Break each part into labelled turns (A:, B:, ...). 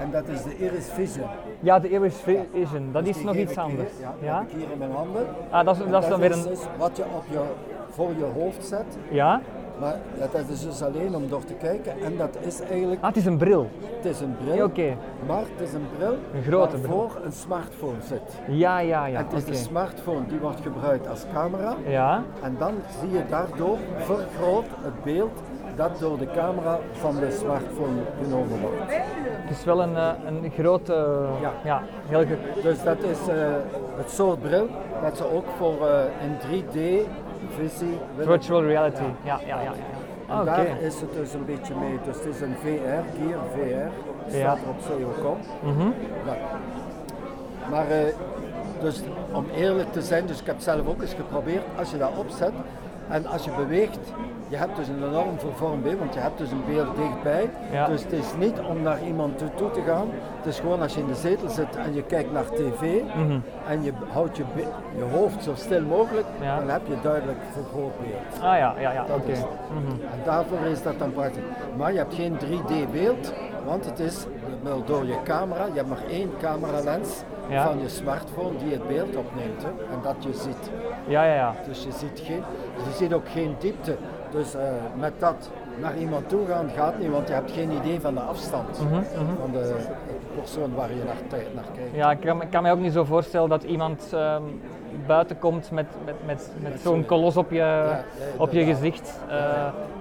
A: En dat is de Iris Vision.
B: Ja, de Airways Vi- Vision, dat is
A: Die
B: nog
A: geef
B: iets
A: ik hier,
B: anders.
A: Ja, die
B: Ja?
A: heb ik hier in mijn handen.
B: Ah, dat is,
A: En
B: dat is dan weer een...
A: dus wat je op je, voor je hoofd zet.
B: Ja?
A: Maar dat is dus alleen om door te kijken. En dat is eigenlijk,
B: Ah, het is een bril.
A: het is een
B: Ja,
A: bril.
B: oké.
A: Maar het is een bril
B: Een grote bril.
A: waarvoor een smartphone zit.
B: Ja, ja, ja.
A: En het
B: Oké.
A: is de smartphone die wordt gebruikt als camera.
B: Ja?
A: En dan zie je daardoor vergroot het beeld dat door de camera van de smartphone genomen wordt.
B: Het is wel een, eh, een grote... Ja.
A: Ja.
B: heel ge-
A: Dus dat is eh, het soort bril dat ze ook voor eh, in 3D visie willen.
B: Virtual reality. Ja, ja, ja.
A: En
B: Ah, Oké.
A: daar is het dus een beetje mee. Dus het is een VR, hier VR,
B: Ja.
A: staat er op CEO.com.
B: Mhm.
A: Ja. Maar eh, dus om eerlijk te zijn, dus ik heb het zelf ook eens geprobeerd, als je dat opzet en als je beweegt, je hebt dus een enorm vervormd beeld, want je hebt dus een beeld dichtbij.
B: Ja.
A: Dus het is niet om naar iemand toe, toe te gaan, het is gewoon als je in de zetel zit en je kijkt naar tv
B: Mhm.
A: en je houdt je, be- je hoofd zo stil mogelijk,
B: Ja.
A: dan heb je duidelijk vergroot beeld.
B: Ah ja, ja, ja. Oké.
A: Dat is het.
B: Mhm.
A: En Dus daarvoor is dat dan prachtig. Maar je hebt geen 3D-beeld, want het is wel door je camera. Je hebt maar één cameralens
B: Ja.
A: van je smartphone die het beeld opneemt hè, en dat je ziet.
B: Ja, ja, ja.
A: Dus je ziet, geen, je ziet ook geen diepte. Dus eh, met dat naar iemand toe gaan gaat niet, want je hebt geen idee van de afstand
B: Mhm,
A: van de persoon waar je naar, te- naar kijkt.
B: Ja, ik kan, ik kan mij ook niet zo voorstellen dat iemand ehm, buiten komt met, met, met, met zo'n
A: zo'n-
B: kolos op je,
A: nee,
B: op je
A: inderdaad.
B: gezicht. Eh,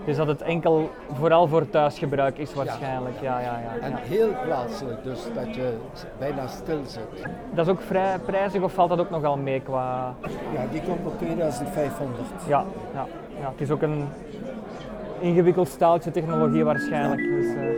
B: Dus dat het enkel vooral voor thuisgebruik is waarschijnlijk. Ja, ja, ja. ja.
A: En heel plaatselijk, dus dat je bijna stil zit.
B: Dat is ook vrij prijzig of valt dat ook nogal mee qua...
A: Ja, die komt op 2500.
B: Ja, ja, ja. het is ook een ingewikkeld staaltje technologie waarschijnlijk. Dus, eh,